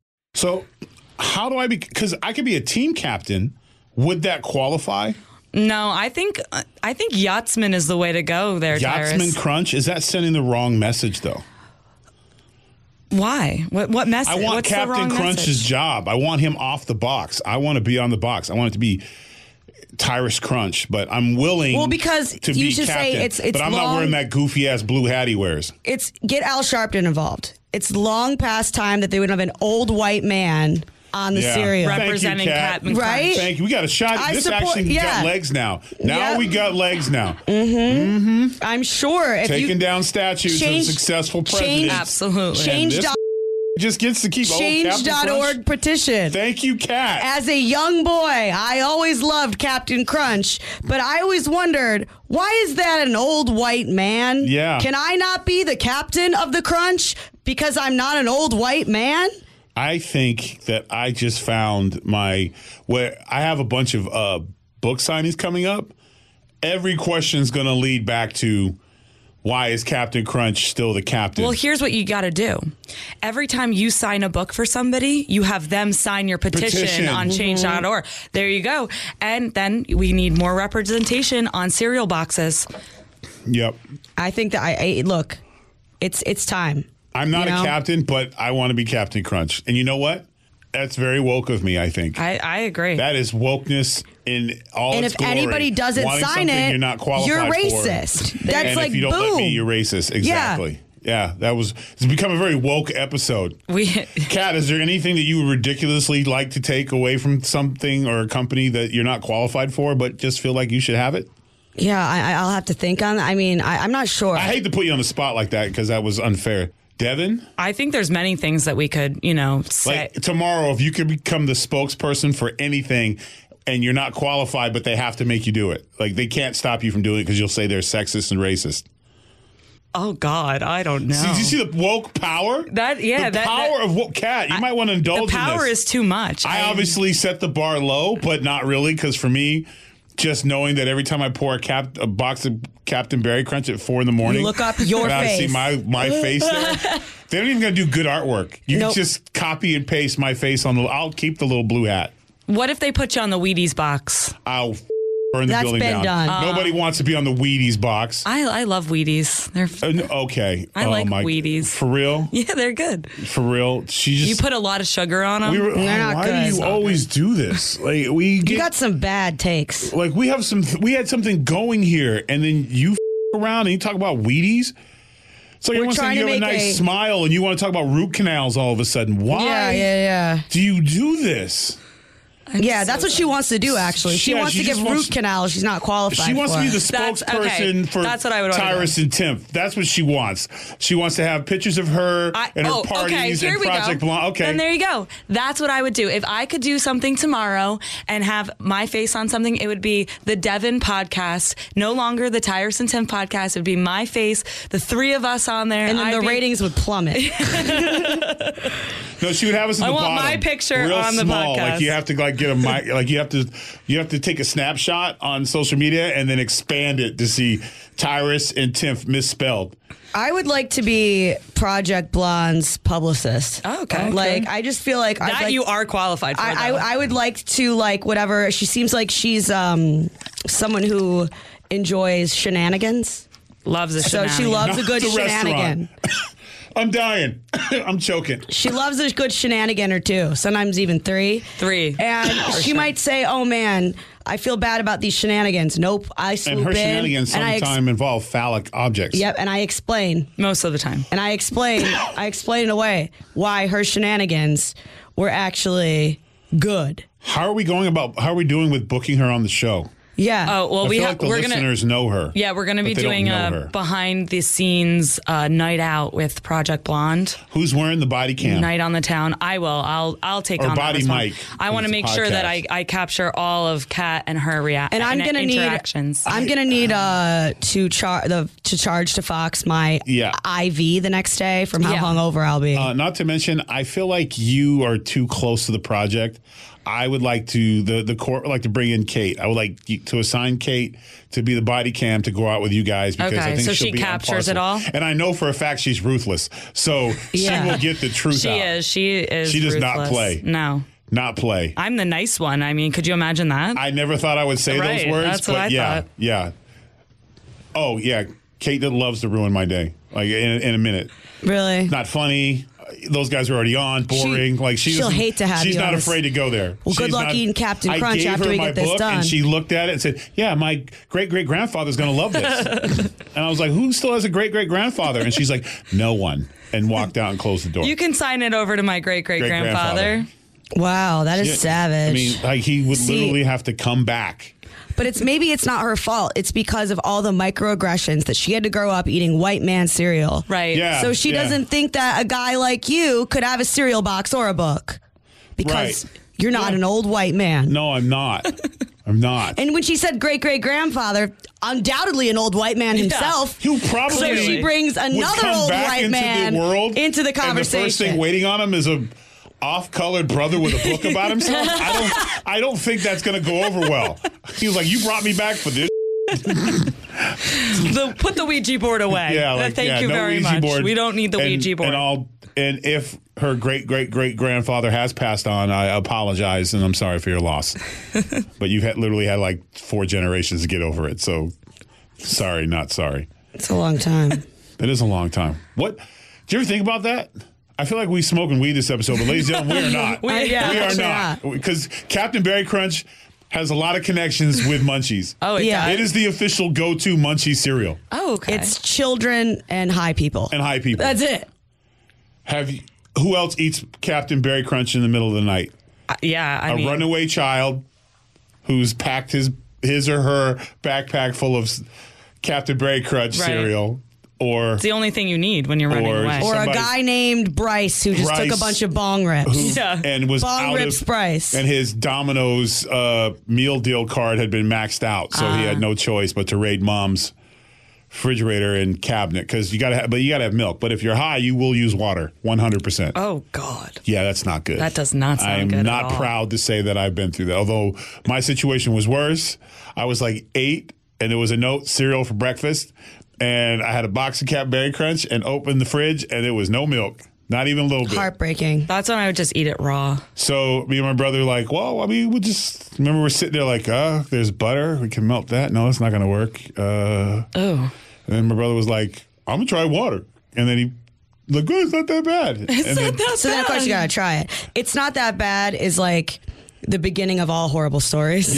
[SPEAKER 1] so how do I be? Because I could be a team captain. Would that qualify?
[SPEAKER 3] No, I think I think yachtsman is the way to go there,
[SPEAKER 1] Yachtsman
[SPEAKER 3] Tyrus.
[SPEAKER 1] Crunch is that sending the wrong message though?
[SPEAKER 3] Why? What what message?
[SPEAKER 1] I want
[SPEAKER 3] What's the
[SPEAKER 1] Captain
[SPEAKER 3] wrong
[SPEAKER 1] Crunch's
[SPEAKER 3] message?
[SPEAKER 1] job. I want him off the box. I want to be on the box. I want it to be Tyrus Crunch, but I'm willing.
[SPEAKER 2] Well, because
[SPEAKER 1] to
[SPEAKER 2] you
[SPEAKER 1] be
[SPEAKER 2] should say
[SPEAKER 1] captain,
[SPEAKER 2] it's- it's
[SPEAKER 1] But I'm
[SPEAKER 2] long-
[SPEAKER 1] not wearing that goofy ass blue hat he wears.
[SPEAKER 2] It's get Al Sharpton involved. It's long past time that they would have an old white man on the
[SPEAKER 1] Yeah.
[SPEAKER 2] cereal.
[SPEAKER 1] Thank you,
[SPEAKER 3] Representing
[SPEAKER 1] Cat.
[SPEAKER 3] Captain Crunch.
[SPEAKER 2] Right?
[SPEAKER 1] Thank you. We got a shot.
[SPEAKER 2] I
[SPEAKER 1] this
[SPEAKER 2] support-
[SPEAKER 1] actually
[SPEAKER 2] yeah.
[SPEAKER 1] got legs now. Now
[SPEAKER 2] Yep.
[SPEAKER 1] we got legs
[SPEAKER 2] [laughs]
[SPEAKER 1] now.
[SPEAKER 2] I'm sure if
[SPEAKER 1] Taking
[SPEAKER 2] you
[SPEAKER 1] down statues
[SPEAKER 2] change-
[SPEAKER 1] of successful
[SPEAKER 2] change-
[SPEAKER 1] presidents.
[SPEAKER 3] Absolutely.
[SPEAKER 2] change
[SPEAKER 1] this-
[SPEAKER 2] dot
[SPEAKER 1] Just gets to keep old Captain Crunch.
[SPEAKER 2] change.org petition.
[SPEAKER 1] Thank you, Cat.
[SPEAKER 2] As a young boy, I always loved Captain Crunch, but I always wondered why is that an old white man?
[SPEAKER 1] Yeah.
[SPEAKER 2] Can I not be the captain of the Crunch because I'm not an old white man?
[SPEAKER 1] I think that I just found my where I have a bunch of uh, book signings coming up. Every question's going to lead back to why is Captain Crunch still the captain?
[SPEAKER 3] Well, here's what you got to do. Every time you sign a book for somebody, you have them sign your petition,
[SPEAKER 1] Petition. Mm-hmm.
[SPEAKER 3] on change.org. There you go. And then we need more representation on cereal boxes.
[SPEAKER 1] yep.
[SPEAKER 2] I think that I, I look, it's it's time.
[SPEAKER 1] I'm not
[SPEAKER 2] You know?
[SPEAKER 1] a captain, but I want to be Captain Crunch. And you know what? That's very woke of me, I think.
[SPEAKER 3] I, I agree.
[SPEAKER 1] that is wokeness in all
[SPEAKER 2] and
[SPEAKER 1] its
[SPEAKER 2] if
[SPEAKER 1] glory.
[SPEAKER 2] anybody doesn't
[SPEAKER 1] Wanting
[SPEAKER 2] sign
[SPEAKER 1] something
[SPEAKER 2] it,
[SPEAKER 1] you're not qualified
[SPEAKER 2] you're
[SPEAKER 1] for.
[SPEAKER 2] racist. That's
[SPEAKER 1] and
[SPEAKER 2] like
[SPEAKER 1] if you don't
[SPEAKER 2] boom.
[SPEAKER 1] let me, you're racist. Exactly. Yeah, that was it's become a very woke episode.
[SPEAKER 3] we [laughs]
[SPEAKER 1] Kat, is there anything that you would ridiculously like to take away from something or a company that you're not qualified for, but just feel like you should have it?
[SPEAKER 2] Yeah, I, I- I'll have to think on. I mean, I, I'm not sure.
[SPEAKER 1] I hate to put you on the spot like that because that was unfair. Devin,
[SPEAKER 3] I think there's many things that we could, you know, say.
[SPEAKER 1] like tomorrow, if you could become the spokesperson for anything and you're not qualified, but they have to make you do it, like they can't stop you from doing it because you'll say they're sexist and racist.
[SPEAKER 3] oh God, I don't know.
[SPEAKER 1] Did you see the woke power?
[SPEAKER 3] Oh. That- yeah,
[SPEAKER 1] the
[SPEAKER 3] that-
[SPEAKER 1] power
[SPEAKER 3] that-
[SPEAKER 1] of woke cat. You might want to
[SPEAKER 3] the
[SPEAKER 1] indulge. in
[SPEAKER 3] power
[SPEAKER 1] this.
[SPEAKER 3] is too much.
[SPEAKER 1] I obviously set the bar low, but not really, because for me, just knowing that every time I pour a, cap, a box of Captain Berry Crunch at four in the morning,
[SPEAKER 2] look up your
[SPEAKER 1] and I see
[SPEAKER 2] face.
[SPEAKER 1] my my face there.
[SPEAKER 2] [laughs]
[SPEAKER 1] They don't even gotta do good artwork. You
[SPEAKER 2] Nope.
[SPEAKER 1] can just copy and paste my face on the. I'll keep the little blue hat.
[SPEAKER 3] What if they put you on the Wheaties box?
[SPEAKER 1] I'll f- burn the
[SPEAKER 2] That's
[SPEAKER 1] building
[SPEAKER 2] been
[SPEAKER 1] down.
[SPEAKER 2] done. Uh,
[SPEAKER 1] Nobody wants to be on the Wheaties box.
[SPEAKER 3] I I love Wheaties. They're
[SPEAKER 1] Uh, no, okay,
[SPEAKER 3] I like Wheaties.
[SPEAKER 1] for real.
[SPEAKER 3] [laughs] yeah, they're good.
[SPEAKER 1] For real, she just
[SPEAKER 3] You put a lot of sugar on them.
[SPEAKER 1] We were, oh,
[SPEAKER 2] They're not
[SPEAKER 1] why
[SPEAKER 2] good.
[SPEAKER 1] do you always do this? Like we get
[SPEAKER 2] you got some bad takes.
[SPEAKER 1] like we have some we had something going here and then you f- around and you talk about Wheaties. It's like
[SPEAKER 2] We're
[SPEAKER 1] everyone's saying
[SPEAKER 2] trying
[SPEAKER 1] you
[SPEAKER 2] to
[SPEAKER 1] have a
[SPEAKER 2] make
[SPEAKER 1] nice
[SPEAKER 2] a-
[SPEAKER 1] smile and you want to talk about root canals all of a sudden. Why
[SPEAKER 2] yeah.
[SPEAKER 1] do you do this?
[SPEAKER 2] Yeah, that's what she wants to do. Actually, she
[SPEAKER 1] Yeah,
[SPEAKER 2] wants
[SPEAKER 1] she
[SPEAKER 2] to
[SPEAKER 1] just
[SPEAKER 2] give root
[SPEAKER 1] wants-
[SPEAKER 2] canal. She's not qualified.
[SPEAKER 1] She wants
[SPEAKER 2] for
[SPEAKER 1] to be the
[SPEAKER 2] it.
[SPEAKER 3] That's-
[SPEAKER 1] spokesperson
[SPEAKER 3] okay.
[SPEAKER 1] for
[SPEAKER 3] That's what I would wanna
[SPEAKER 1] Tyrus and Timp. That's what she wants. She wants to have pictures of her
[SPEAKER 3] I-
[SPEAKER 1] and her
[SPEAKER 3] oh, okay.
[SPEAKER 1] parties
[SPEAKER 3] Here
[SPEAKER 1] and
[SPEAKER 3] we
[SPEAKER 1] Project
[SPEAKER 3] go.
[SPEAKER 1] Blonde. Okay.
[SPEAKER 3] Then there you go. That's what I would do. If I could do something tomorrow and have my face on something, it would be the Devin podcast, no longer the Tiresome Tim podcast. It would be my face, the three of us on there.
[SPEAKER 2] and then
[SPEAKER 3] I'd
[SPEAKER 2] the
[SPEAKER 3] be-
[SPEAKER 2] ratings would [laughs] plummet.
[SPEAKER 1] No, she would have us in
[SPEAKER 3] I
[SPEAKER 1] the
[SPEAKER 3] want
[SPEAKER 1] bottom.
[SPEAKER 3] my picture
[SPEAKER 1] real
[SPEAKER 3] on the
[SPEAKER 1] small.
[SPEAKER 3] podcast.
[SPEAKER 1] Like you have to like get a
[SPEAKER 3] [laughs]
[SPEAKER 1] mic. Like you have to you have to take a snapshot on social media and then expand it to see Tyrus and Timph misspelled.
[SPEAKER 2] I would like to be Project Blonde's publicist.
[SPEAKER 3] Oh, okay.
[SPEAKER 2] Like I just feel like
[SPEAKER 3] That
[SPEAKER 2] I'd like,
[SPEAKER 3] you are qualified for.
[SPEAKER 2] I,
[SPEAKER 3] though.
[SPEAKER 2] I I would like to like whatever. She seems like she's um someone who enjoys shenanigans.
[SPEAKER 3] loves a
[SPEAKER 2] So she
[SPEAKER 3] shenanigan.
[SPEAKER 2] loves a
[SPEAKER 3] [laughs]
[SPEAKER 2] good
[SPEAKER 1] The restaurant.
[SPEAKER 2] shenanigan.
[SPEAKER 1] I'm dying. [coughs] I'm choking.
[SPEAKER 2] She loves a good shenanigan or two, sometimes even three.
[SPEAKER 3] Three. [laughs]
[SPEAKER 2] And she might say, "Oh man, I feel bad about these shenanigans." Nope, I swoop
[SPEAKER 1] And her
[SPEAKER 2] in
[SPEAKER 1] shenanigans
[SPEAKER 2] and I
[SPEAKER 1] sometimes
[SPEAKER 2] ex-
[SPEAKER 1] involve phallic objects.
[SPEAKER 2] yep, and I explain,
[SPEAKER 3] most of the time.
[SPEAKER 2] and
[SPEAKER 1] [coughs]
[SPEAKER 2] I explain, I explain away why her shenanigans were actually good.
[SPEAKER 1] How are we going about? How are we doing with booking her on the show?
[SPEAKER 2] Yeah.
[SPEAKER 3] Oh well,
[SPEAKER 1] I
[SPEAKER 3] we
[SPEAKER 1] feel
[SPEAKER 3] ha-
[SPEAKER 1] like the
[SPEAKER 3] we're gonna.
[SPEAKER 1] listeners know her.
[SPEAKER 3] Yeah, we're going to
[SPEAKER 1] but
[SPEAKER 3] be
[SPEAKER 1] they don't
[SPEAKER 3] doing uh,
[SPEAKER 1] know
[SPEAKER 3] a
[SPEAKER 1] her.
[SPEAKER 3] behind the scenes uh, night out with Project Blonde.
[SPEAKER 1] Who's wearing the body cam?
[SPEAKER 3] night on the town. I will. I'll. I'll take
[SPEAKER 1] Or
[SPEAKER 3] on
[SPEAKER 1] body
[SPEAKER 3] that response.
[SPEAKER 1] mic, 'cause
[SPEAKER 3] I want
[SPEAKER 1] it's
[SPEAKER 3] to
[SPEAKER 1] a
[SPEAKER 3] make sure that I,
[SPEAKER 1] podcast.
[SPEAKER 3] I capture all of Kat and her reaction
[SPEAKER 2] and I'm gonna need
[SPEAKER 3] interactions.
[SPEAKER 2] I'm gonna need uh to charge the to charge to Fox my
[SPEAKER 1] Yeah.
[SPEAKER 2] IV the next day from how
[SPEAKER 3] Yeah.
[SPEAKER 2] hungover I'll be.
[SPEAKER 1] Uh, not to mention, I feel like you are too close to the project. I would like to the the court would like to bring in Kate. I would like you- to assign Kate to be the body cam to go out with you guys because I
[SPEAKER 3] Okay,
[SPEAKER 1] think
[SPEAKER 3] so
[SPEAKER 1] she'll
[SPEAKER 3] she
[SPEAKER 1] be on
[SPEAKER 3] captures
[SPEAKER 1] parcel.
[SPEAKER 3] it all?
[SPEAKER 1] And I know for a fact she's ruthless, so
[SPEAKER 2] Yeah.
[SPEAKER 1] she will get the truth
[SPEAKER 3] she
[SPEAKER 1] out.
[SPEAKER 3] is. She is.
[SPEAKER 1] She does not
[SPEAKER 3] ruthless.
[SPEAKER 1] play.
[SPEAKER 3] No,
[SPEAKER 1] Not play.
[SPEAKER 3] I'm the nice one. I mean, could you imagine that?
[SPEAKER 1] I never thought I would say
[SPEAKER 3] Right,
[SPEAKER 1] those words,
[SPEAKER 3] that's
[SPEAKER 1] but
[SPEAKER 3] what I
[SPEAKER 1] yeah,
[SPEAKER 3] thought.
[SPEAKER 1] yeah. Oh yeah, Kate that loves to ruin my day. Like in, in a minute.
[SPEAKER 2] really?
[SPEAKER 1] not funny. Those guys are already on, boring. like she
[SPEAKER 2] she'll
[SPEAKER 1] doesn't-
[SPEAKER 2] hate to have
[SPEAKER 1] She's
[SPEAKER 2] you
[SPEAKER 1] not
[SPEAKER 2] on this.
[SPEAKER 1] afraid to go there.
[SPEAKER 2] Well, good
[SPEAKER 1] She's
[SPEAKER 2] luck eating Captain
[SPEAKER 1] I
[SPEAKER 2] Crunch
[SPEAKER 1] gave
[SPEAKER 2] after
[SPEAKER 1] her
[SPEAKER 2] we
[SPEAKER 1] my
[SPEAKER 2] get this
[SPEAKER 1] book,
[SPEAKER 2] done.
[SPEAKER 1] And she looked at it and said, "Yeah, my great great grandfather's going to love
[SPEAKER 2] [laughs]
[SPEAKER 1] this." and I was like, "Who still has a great great grandfather?" And she's like, "No one." And walked out and closed the door.
[SPEAKER 3] you can sign it over to my great great grandfather.
[SPEAKER 2] Wow, that is
[SPEAKER 1] Yeah.
[SPEAKER 2] savage.
[SPEAKER 1] I mean, like he would
[SPEAKER 2] See-
[SPEAKER 1] literally have to come back.
[SPEAKER 2] But it's maybe it's not her fault. It's because of all the microaggressions that she had to grow up eating white man cereal.
[SPEAKER 3] Right.
[SPEAKER 1] Yeah.
[SPEAKER 2] so she
[SPEAKER 1] yeah.
[SPEAKER 2] doesn't think that a guy like you could have a cereal box or a book because
[SPEAKER 1] Right.
[SPEAKER 2] you're not an old white man.
[SPEAKER 1] No, I'm not. I'm not.
[SPEAKER 2] [laughs] And when she said great great grandfather, undoubtedly an old white man himself.
[SPEAKER 1] He probably
[SPEAKER 2] So she brings
[SPEAKER 1] would
[SPEAKER 2] another
[SPEAKER 1] come
[SPEAKER 2] old
[SPEAKER 1] back
[SPEAKER 2] white
[SPEAKER 1] into
[SPEAKER 2] man
[SPEAKER 1] the world
[SPEAKER 2] into
[SPEAKER 1] And
[SPEAKER 2] the
[SPEAKER 1] the first
[SPEAKER 2] conversation.
[SPEAKER 1] thing waiting on him is a off-colored brother with a book about himself. I don't. I don't think that's going to go over well. He was like, "You brought me back for this."
[SPEAKER 3] The, put the Ouija board away.
[SPEAKER 1] Yeah, like,
[SPEAKER 3] Thank
[SPEAKER 1] yeah,
[SPEAKER 3] you
[SPEAKER 1] no
[SPEAKER 3] very
[SPEAKER 1] Ouija
[SPEAKER 3] much.
[SPEAKER 1] board.
[SPEAKER 3] We don't need the
[SPEAKER 1] and,
[SPEAKER 3] Ouija board.
[SPEAKER 1] And I'll, and if her great great great grandfather has passed on, I apologize and I'm sorry for your loss. but you've had, literally had like four generations to get over it. So sorry, not sorry.
[SPEAKER 2] [laughs] It's a long [laughs] time.
[SPEAKER 1] It is a long time. What? Do you ever think about that? I feel like we smoking weed this episode, but ladies and gentlemen, we are not.
[SPEAKER 3] [laughs] We- yeah,
[SPEAKER 1] we are
[SPEAKER 2] we're
[SPEAKER 1] not. Because Captain Berry Crunch has a lot of connections with Munchies.
[SPEAKER 3] oh, it
[SPEAKER 2] Yeah.
[SPEAKER 3] yeah.
[SPEAKER 1] It is the official go-to Munchie cereal
[SPEAKER 3] Oh, okay.
[SPEAKER 2] It's children and high people.
[SPEAKER 1] and high people.
[SPEAKER 2] That's it.
[SPEAKER 1] Have you? Who else eats Captain Berry Crunch in the middle of the night?
[SPEAKER 3] uh, yeah. I
[SPEAKER 1] A
[SPEAKER 3] mean,
[SPEAKER 1] runaway child who's packed his his or her backpack full of s- Captain Berry Crunch
[SPEAKER 3] Right.
[SPEAKER 1] cereal, or
[SPEAKER 3] it's the only thing you need when you're running
[SPEAKER 1] Or-
[SPEAKER 3] away.
[SPEAKER 2] Or
[SPEAKER 1] Somebody-
[SPEAKER 2] a guy named Bryce who just took
[SPEAKER 1] Bryce.
[SPEAKER 2] a bunch of bong rips.
[SPEAKER 1] who-
[SPEAKER 3] Yeah.
[SPEAKER 1] and was
[SPEAKER 2] Bong
[SPEAKER 1] out
[SPEAKER 2] rips
[SPEAKER 1] of
[SPEAKER 2] Bryce.
[SPEAKER 1] and his Domino's uh, meal deal card had been maxed out, so
[SPEAKER 3] Ah.
[SPEAKER 1] he had no choice but to raid mom's refrigerator and cabinet because you gotta have, but you gotta have milk. But if you're high, you will use water, one hundred percent.
[SPEAKER 3] oh, God.
[SPEAKER 1] Yeah, that's not good.
[SPEAKER 3] That does not sound
[SPEAKER 1] I am
[SPEAKER 3] good at
[SPEAKER 1] not
[SPEAKER 3] all.
[SPEAKER 1] proud to say that I've been through that. Although my situation was worse. I was like eight, and there was a note cereal for breakfast, and I had a box of Cat Berry Crunch, and opened the fridge, and there was no milk, not even a little bit.
[SPEAKER 2] Heartbreaking.
[SPEAKER 3] That's when I would just eat it raw.
[SPEAKER 1] So me and my brother were like, well, I mean, we just remember we're sitting there like, uh, there's butter, we can melt that. No, it's not gonna work. Uh,
[SPEAKER 3] Oh.
[SPEAKER 1] and then my brother was like, I'm gonna try water, and then he. Look, oh, it's not that
[SPEAKER 2] [laughs]
[SPEAKER 1] bad. It's
[SPEAKER 3] not that
[SPEAKER 2] So then, of course, you gotta try it. It's not that bad. Is like the beginning of all horrible stories.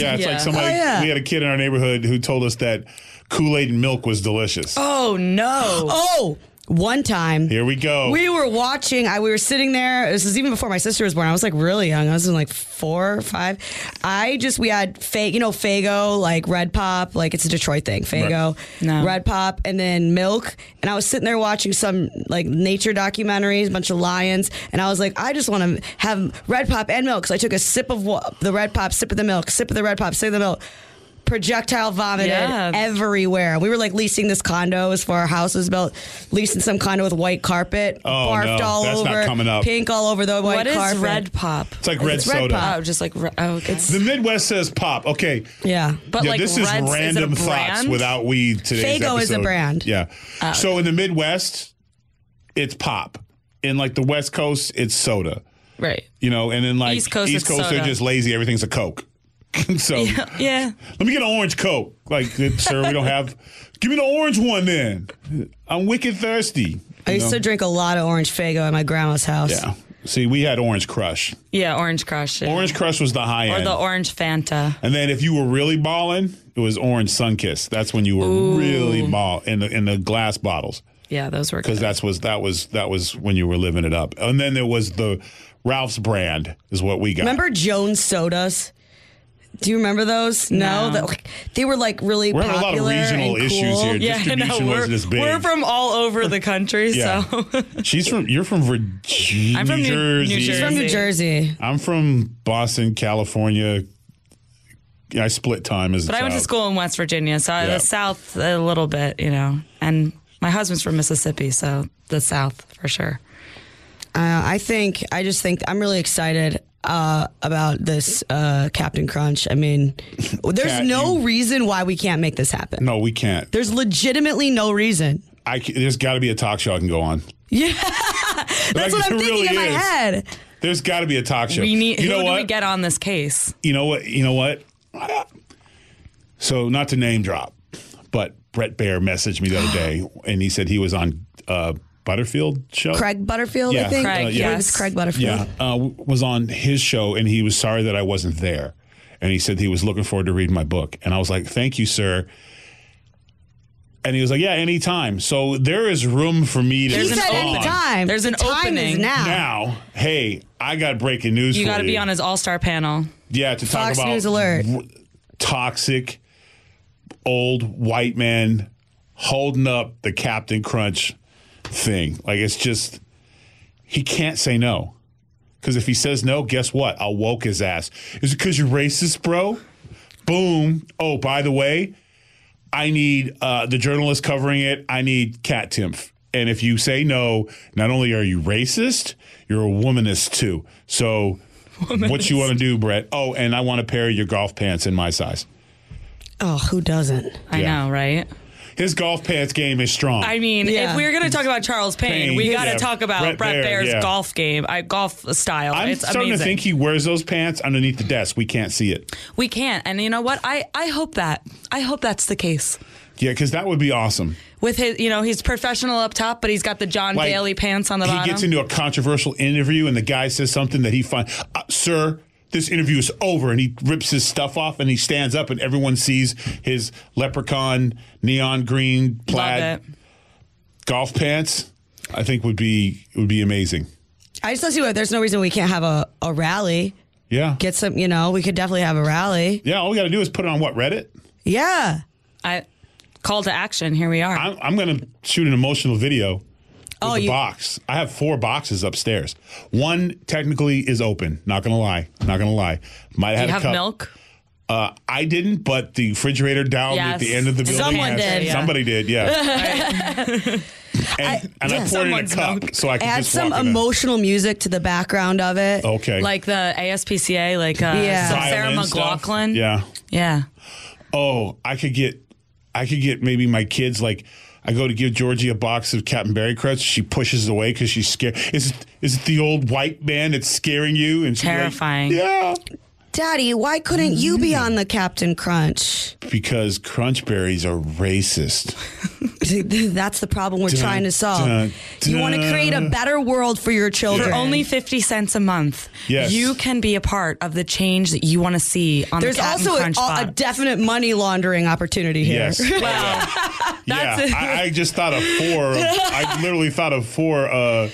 [SPEAKER 1] [laughs] Yeah, it's
[SPEAKER 3] Yeah.
[SPEAKER 1] like somebody.
[SPEAKER 2] Oh, yeah.
[SPEAKER 1] We had a kid in our neighborhood who told us that Kool Aid and milk was delicious.
[SPEAKER 3] Oh, [gasps] no.
[SPEAKER 2] Oh, one time
[SPEAKER 1] Here we go.
[SPEAKER 2] we were watching. I we were sitting there. This is even before my sister was born. I was like really young. I was in like four, or five. I just we had Fa- you know Fago like Red Pop, like it's a Detroit thing. Fago,
[SPEAKER 3] No.
[SPEAKER 2] Red Pop, and then Milk. And I was sitting there watching some like nature documentaries, a bunch of lions, and I was like, I just want to have Red Pop and milk. So I took a sip of wa- the Red Pop, sip of the milk, sip of the Red Pop, sip of the milk. Projectile vomited
[SPEAKER 3] Yeah.
[SPEAKER 2] everywhere. We were like leasing this condo as far our house was built, leasing some condo with white carpet,
[SPEAKER 1] Oh,
[SPEAKER 2] barfed
[SPEAKER 1] no,
[SPEAKER 2] all
[SPEAKER 1] that's not
[SPEAKER 2] over,
[SPEAKER 1] coming up.
[SPEAKER 2] pink all over the white
[SPEAKER 3] What is
[SPEAKER 2] carpet.
[SPEAKER 3] red pop?
[SPEAKER 1] it's like red
[SPEAKER 2] It's red
[SPEAKER 1] soda.
[SPEAKER 2] pop.
[SPEAKER 3] Oh, just like, re- oh, okay.
[SPEAKER 1] The Midwest says pop. Okay.
[SPEAKER 2] Yeah, but
[SPEAKER 3] but
[SPEAKER 1] Yeah,
[SPEAKER 3] like
[SPEAKER 1] this is
[SPEAKER 3] Red's- it a
[SPEAKER 1] random thoughts
[SPEAKER 3] brand?
[SPEAKER 1] without weed today.
[SPEAKER 2] Faygo is a brand.
[SPEAKER 1] Yeah.
[SPEAKER 3] Oh,
[SPEAKER 1] so in the Midwest, it's pop. In like the West Coast, it's soda.
[SPEAKER 3] Right.
[SPEAKER 1] You know, and then like
[SPEAKER 3] East Coast, it's
[SPEAKER 1] they're
[SPEAKER 3] soda.
[SPEAKER 1] just lazy. Everything's a Coke. [laughs] so
[SPEAKER 3] Yeah.
[SPEAKER 1] Let me get an orange coke. Like, uh, sir, we don't
[SPEAKER 3] [laughs]
[SPEAKER 1] have. Give me the orange one then. I'm wicked thirsty.
[SPEAKER 2] I used to drink a lot of orange Fago at my grandma's house.
[SPEAKER 1] Yeah. See, we had Orange Crush.
[SPEAKER 3] Yeah. Orange Crush. yeah.
[SPEAKER 1] Orange Crush was the high
[SPEAKER 3] Or
[SPEAKER 1] end.
[SPEAKER 3] the orange Fanta.
[SPEAKER 1] and then if you were really balling, it was Orange Sunkiss. That's when you were really ball in the in the glass bottles
[SPEAKER 3] Yeah, those were
[SPEAKER 1] because
[SPEAKER 3] good.
[SPEAKER 1] that's was that was that was when you were living it up. And then there was the Ralph's brand is what we got.
[SPEAKER 2] Remember Jones sodas? Do you remember those? No,
[SPEAKER 3] No.
[SPEAKER 2] That- like, they were like really
[SPEAKER 1] We're having a lot of
[SPEAKER 2] popular
[SPEAKER 1] regional
[SPEAKER 2] and
[SPEAKER 1] issues
[SPEAKER 2] cool.
[SPEAKER 1] here.
[SPEAKER 3] Yeah, I know.
[SPEAKER 1] Distribution
[SPEAKER 3] We're,
[SPEAKER 1] wasn't as big.
[SPEAKER 3] we're from all over the country,
[SPEAKER 1] [laughs] Yeah.
[SPEAKER 3] so
[SPEAKER 1] She's from. You're from Virginia.
[SPEAKER 3] I'm from
[SPEAKER 1] New
[SPEAKER 3] New- New
[SPEAKER 1] Jersey.
[SPEAKER 3] Jersey.
[SPEAKER 2] From New Jersey,
[SPEAKER 1] I'm from Boston, California. I split time as a
[SPEAKER 3] But I went to
[SPEAKER 1] child.
[SPEAKER 3] school in West Virginia, so I
[SPEAKER 1] Yeah.
[SPEAKER 3] the South a little bit, you know. And my husband's from Mississippi, so the South for sure.
[SPEAKER 2] uh, I think I just think I'm really excited uh, about this uh, Captain Crunch. I mean, there's
[SPEAKER 1] Cat,
[SPEAKER 2] no
[SPEAKER 1] you-
[SPEAKER 2] reason why we can't make this happen.
[SPEAKER 1] No, we can't.
[SPEAKER 2] There's legitimately no reason.
[SPEAKER 1] I ca- there's got to be a talk show I can go on.
[SPEAKER 2] Yeah,
[SPEAKER 3] [laughs]
[SPEAKER 2] that's what I'm
[SPEAKER 1] it
[SPEAKER 2] thinking
[SPEAKER 1] really
[SPEAKER 2] in my
[SPEAKER 1] is.
[SPEAKER 2] head.
[SPEAKER 1] There's got to be a talk show.
[SPEAKER 3] We need
[SPEAKER 1] you
[SPEAKER 3] who
[SPEAKER 1] know
[SPEAKER 3] do
[SPEAKER 1] what?
[SPEAKER 3] we get on this case?
[SPEAKER 1] You know what? You know what? So not to name drop, but Brett Baer messaged me the other
[SPEAKER 2] [gasps]
[SPEAKER 1] day, and he said he was on uh, Butterfield show.
[SPEAKER 2] Craig Butterfield,
[SPEAKER 1] Yeah,
[SPEAKER 2] I think.
[SPEAKER 1] Craig,
[SPEAKER 2] I believe
[SPEAKER 1] yeah.
[SPEAKER 2] it's Craig Butterfield.
[SPEAKER 1] yeah, uh, w- was on his show, and he was sorry that I wasn't there. And he said he was looking forward to reading my book. And I was like, thank you, sir. And he was like, yeah, anytime. So there is room for me to
[SPEAKER 3] There's
[SPEAKER 2] he
[SPEAKER 3] an
[SPEAKER 2] said
[SPEAKER 1] respond.
[SPEAKER 3] opening.
[SPEAKER 2] anytime.
[SPEAKER 3] There's an
[SPEAKER 2] time Is
[SPEAKER 3] opening.
[SPEAKER 2] now.
[SPEAKER 1] Now, hey, I got breaking news
[SPEAKER 3] You
[SPEAKER 1] for
[SPEAKER 3] got to
[SPEAKER 1] you.
[SPEAKER 3] be on his all star panel.
[SPEAKER 1] Yeah, to talk
[SPEAKER 2] Fox
[SPEAKER 1] about
[SPEAKER 2] News alert.
[SPEAKER 1] w- toxic old white man holding up the Captain Crunch thing. Like it's just he can't say no. Cause if he says no, guess what? I'll woke his ass. Is it cause you're racist, bro? Boom. Oh, by the way, I need uh, the journalist covering it. I need Cat Timpf. And if you say no, not only are you racist, you're a womanist too. So, what you want to do, Brett? Oh, and I want to pair your golf pants in my size.
[SPEAKER 2] Oh, who doesn't?
[SPEAKER 3] I
[SPEAKER 1] Yeah.
[SPEAKER 3] know, right?
[SPEAKER 1] His golf pants game is strong.
[SPEAKER 3] I mean,
[SPEAKER 2] Yeah.
[SPEAKER 3] if we're going to talk about Charles Payne,
[SPEAKER 1] Payne,
[SPEAKER 3] we
[SPEAKER 1] yeah.
[SPEAKER 3] got to talk about
[SPEAKER 1] Brett
[SPEAKER 3] Brett,
[SPEAKER 1] Baer,
[SPEAKER 3] Baer's
[SPEAKER 1] yeah.
[SPEAKER 3] golf game, I, golf style.
[SPEAKER 1] I'm
[SPEAKER 3] it's
[SPEAKER 1] starting
[SPEAKER 3] amazing.
[SPEAKER 1] to think he wears those pants underneath the desk. We can't see it.
[SPEAKER 3] we can't. And you know what? I, I hope that. I hope that's the case.
[SPEAKER 1] Yeah, because that would be awesome.
[SPEAKER 3] With his, you know, he's professional up top, but he's got the John
[SPEAKER 1] Like,
[SPEAKER 3] Daly pants on the
[SPEAKER 1] he
[SPEAKER 3] bottom.
[SPEAKER 1] gets into a controversial interview and the guy says something that he finds, uh, sir, this interview is over. And he rips his stuff off and he stands up and everyone sees his leprechaun, neon green plaid
[SPEAKER 3] Love it.
[SPEAKER 1] golf pants. I think would be would be amazing.
[SPEAKER 2] I just don't see why there's no reason we can't have a, a rally.
[SPEAKER 1] Yeah.
[SPEAKER 2] Get some, you know, we could definitely have a rally.
[SPEAKER 1] yeah, all we got to do is put it on what, Reddit?
[SPEAKER 2] Yeah.
[SPEAKER 3] I, call to action. Here we are.
[SPEAKER 1] I'm, I'm going to shoot an emotional video with
[SPEAKER 2] Oh,
[SPEAKER 1] the
[SPEAKER 2] you-
[SPEAKER 1] box. I have four boxes upstairs. One technically is open. Not going to lie. Not going to lie. Might
[SPEAKER 3] Do
[SPEAKER 1] have
[SPEAKER 3] you
[SPEAKER 1] a
[SPEAKER 3] have
[SPEAKER 1] cup.
[SPEAKER 3] milk?
[SPEAKER 1] Uh, I didn't, but the refrigerator down at
[SPEAKER 3] Yes.
[SPEAKER 1] the end of the building.
[SPEAKER 2] Someone
[SPEAKER 1] has-
[SPEAKER 2] did. Yeah.
[SPEAKER 1] Somebody did,
[SPEAKER 3] [laughs]
[SPEAKER 1] yeah. [laughs] and I, and I poured it in a
[SPEAKER 3] Someone's
[SPEAKER 1] cup
[SPEAKER 3] milk.
[SPEAKER 1] so I could
[SPEAKER 2] Add
[SPEAKER 1] just
[SPEAKER 2] some
[SPEAKER 1] walk in.
[SPEAKER 2] emotional music to the background of it.
[SPEAKER 1] Okay.
[SPEAKER 3] Like the ASPCA, like uh,
[SPEAKER 2] Yeah.
[SPEAKER 3] some Sarah
[SPEAKER 1] Violin stuff.
[SPEAKER 3] McLaughlin.
[SPEAKER 1] Yeah.
[SPEAKER 3] Yeah.
[SPEAKER 1] Oh, I could get, I could get maybe my kids like. I go to give Georgie a box of Captain Berry Cruts. She pushes it away because she's scared. Is it, is it the old white man that's scaring you? And she's like,
[SPEAKER 3] Terrifying.
[SPEAKER 1] yeah.
[SPEAKER 2] Daddy, why couldn't you be on the Captain Crunch?
[SPEAKER 1] Because crunch berries are racist.
[SPEAKER 2] That's the problem we're
[SPEAKER 1] Dun,
[SPEAKER 2] trying to solve.
[SPEAKER 1] dun,
[SPEAKER 2] You want to
[SPEAKER 1] dun.
[SPEAKER 2] create a better world for your children.
[SPEAKER 3] For only 50 cents a month,
[SPEAKER 1] Yes.
[SPEAKER 3] you can be a part of the change that you want to see on
[SPEAKER 2] There's
[SPEAKER 3] the Captain
[SPEAKER 2] also a,
[SPEAKER 3] Crunch
[SPEAKER 2] a
[SPEAKER 3] pod.
[SPEAKER 2] definite money laundering opportunity here.
[SPEAKER 1] Yes.
[SPEAKER 3] Wow. [laughs] That's
[SPEAKER 1] yeah,
[SPEAKER 3] it.
[SPEAKER 1] I I just thought of four. I literally thought of four. Uh,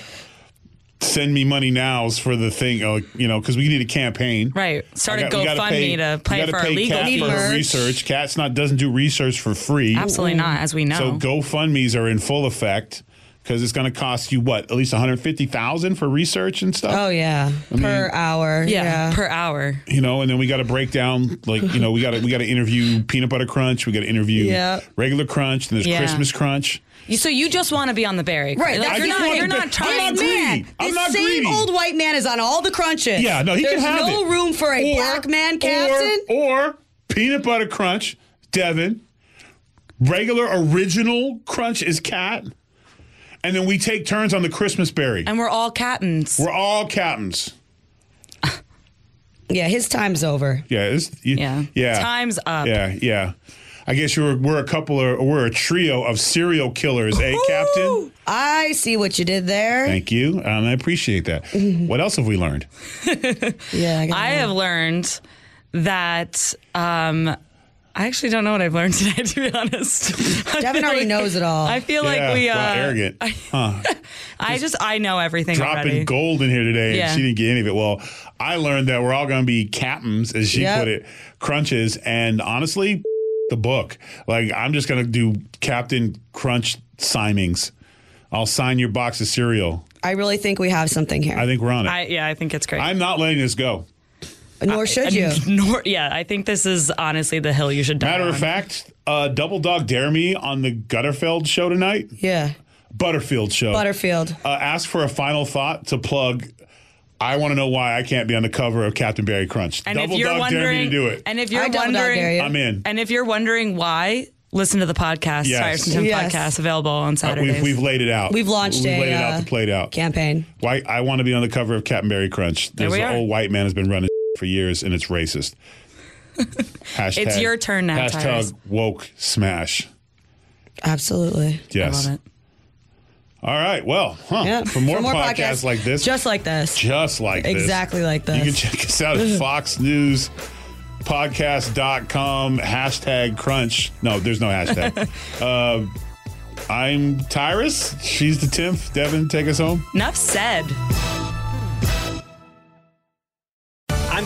[SPEAKER 1] send me money nows for the thing. Uh, you know, because we need a campaign.
[SPEAKER 3] Right. Start
[SPEAKER 1] I
[SPEAKER 3] a
[SPEAKER 1] we gotta
[SPEAKER 3] GoFundMe
[SPEAKER 1] pay-
[SPEAKER 3] to
[SPEAKER 1] we
[SPEAKER 3] pay
[SPEAKER 1] gotta
[SPEAKER 3] for our legal
[SPEAKER 1] Kat for her
[SPEAKER 2] fees.
[SPEAKER 1] research. Cat's not doesn't do research for free.
[SPEAKER 3] Absolutely not, as we know.
[SPEAKER 1] So GoFundmes are in full effect because it's going to cost you what at least one hundred fifty thousand for research and stuff.
[SPEAKER 2] [laughs] Oh yeah, per hour.
[SPEAKER 3] yeah, per hour.
[SPEAKER 1] you know, and then we got to break down like you know we got to we got to interview peanut butter crunch. We got to interview
[SPEAKER 2] Yeah.
[SPEAKER 1] regular crunch. Then there's
[SPEAKER 3] Yeah.
[SPEAKER 1] Christmas crunch.
[SPEAKER 3] You, so you just want to be on the berry,
[SPEAKER 2] Right,
[SPEAKER 3] Like,
[SPEAKER 2] that's
[SPEAKER 3] you're
[SPEAKER 2] just
[SPEAKER 3] not.
[SPEAKER 2] what
[SPEAKER 3] You're
[SPEAKER 2] the-
[SPEAKER 3] not
[SPEAKER 2] I'm
[SPEAKER 3] trying.
[SPEAKER 2] not
[SPEAKER 1] greedy. I'm
[SPEAKER 2] this
[SPEAKER 1] not
[SPEAKER 2] same
[SPEAKER 1] greedy.
[SPEAKER 2] old white man is on all the crunches.
[SPEAKER 1] Yeah, no, he
[SPEAKER 2] There's
[SPEAKER 1] can have
[SPEAKER 2] no
[SPEAKER 1] it.
[SPEAKER 2] room for a
[SPEAKER 1] Or-
[SPEAKER 2] black man
[SPEAKER 1] or-
[SPEAKER 2] captain.
[SPEAKER 1] Or, peanut butter crunch, Devin. Regular original crunch is cat. And then we take turns on the Christmas berry.
[SPEAKER 3] and we're all captains.
[SPEAKER 1] We're all captains.
[SPEAKER 2] yeah, his time's over.
[SPEAKER 1] Yeah, it's, y-
[SPEAKER 3] Yeah.
[SPEAKER 1] yeah.
[SPEAKER 3] Time's up.
[SPEAKER 1] Yeah, yeah. I guess you were, we're a couple or we're a trio of serial killers, eh, Captain?
[SPEAKER 2] I see what you did there.
[SPEAKER 1] Thank you, and I appreciate that.
[SPEAKER 3] Mm-hmm.
[SPEAKER 1] what else have we learned?
[SPEAKER 2] yeah, I, got
[SPEAKER 3] I
[SPEAKER 2] it.
[SPEAKER 3] have learned that. Um, I actually don't know what I've learned [laughs] today, to be honest. I
[SPEAKER 2] Devin
[SPEAKER 3] feel
[SPEAKER 2] already knows it all.
[SPEAKER 3] I feel
[SPEAKER 1] Yeah,
[SPEAKER 3] like we uh,
[SPEAKER 1] wow, arrogant.
[SPEAKER 3] I,
[SPEAKER 1] huh.
[SPEAKER 3] [laughs] I just I know everything
[SPEAKER 1] dropping
[SPEAKER 3] already.
[SPEAKER 1] gold in here today,
[SPEAKER 3] Yeah.
[SPEAKER 1] and she didn't get any of it. Well, I learned that we're all going to be captains, as she
[SPEAKER 2] Yep.
[SPEAKER 1] put it, crunches. And honestly, the book. Like, I'm just going to do Captain Crunch signings. I'll sign your box of cereal.
[SPEAKER 2] I really think we have something here.
[SPEAKER 1] I think we're on it.
[SPEAKER 3] I, yeah, I think it's great.
[SPEAKER 1] I, am not letting this go.
[SPEAKER 2] Nor should
[SPEAKER 3] [laughs]
[SPEAKER 2] you.
[SPEAKER 3] Nor, yeah, I think this is honestly the hill you should die
[SPEAKER 1] Matter of
[SPEAKER 3] on.
[SPEAKER 1] fact, uh, Double Dog Dare Me on the Gutterfeld show tonight,
[SPEAKER 2] Yeah,
[SPEAKER 1] Butterfield show.
[SPEAKER 2] Butterfield.
[SPEAKER 1] uh, ask for a final thought to plug. I want to know why I can't be on the cover of Captain Barry Crunch.
[SPEAKER 3] And
[SPEAKER 1] Double
[SPEAKER 3] if you're
[SPEAKER 1] Dog Dare Me
[SPEAKER 3] wondering,
[SPEAKER 1] to do it.
[SPEAKER 3] and if you're
[SPEAKER 2] I double dog dare
[SPEAKER 3] wondering,
[SPEAKER 2] you.
[SPEAKER 1] I'm in.
[SPEAKER 3] And if you're wondering why, listen to the podcast,
[SPEAKER 1] Yes.
[SPEAKER 3] Tires and Tim
[SPEAKER 2] Yes.
[SPEAKER 3] podcast, available on
[SPEAKER 1] Uh,
[SPEAKER 3] Saturdays.
[SPEAKER 1] we've, we've laid it out.
[SPEAKER 2] We've launched
[SPEAKER 1] we've
[SPEAKER 2] a,
[SPEAKER 1] laid it
[SPEAKER 2] uh,
[SPEAKER 1] out. The played out.
[SPEAKER 2] Campaign.
[SPEAKER 1] Why I want to be on the cover of Captain Berry Crunch. There's
[SPEAKER 3] we
[SPEAKER 1] an
[SPEAKER 3] are.
[SPEAKER 1] old white man has been running [laughs] for years, and it's racist. hashtag,
[SPEAKER 3] It's your turn now,
[SPEAKER 1] Hashtag
[SPEAKER 3] Tyrus.
[SPEAKER 1] woke smash.
[SPEAKER 2] Absolutely.
[SPEAKER 1] Yes.
[SPEAKER 3] I love it.
[SPEAKER 1] All right. Well, huh.
[SPEAKER 2] Yeah.
[SPEAKER 1] For, more podcasts, like this,
[SPEAKER 2] just like this,
[SPEAKER 1] just like this,
[SPEAKER 2] exactly like this.
[SPEAKER 1] You can check us out at Fox News podcast.com hashtag crunch. No, there's no hashtag. uh, I'm Tyrus. She's the 10th. Devin, take us home.
[SPEAKER 3] Enough said.
[SPEAKER 5] I'm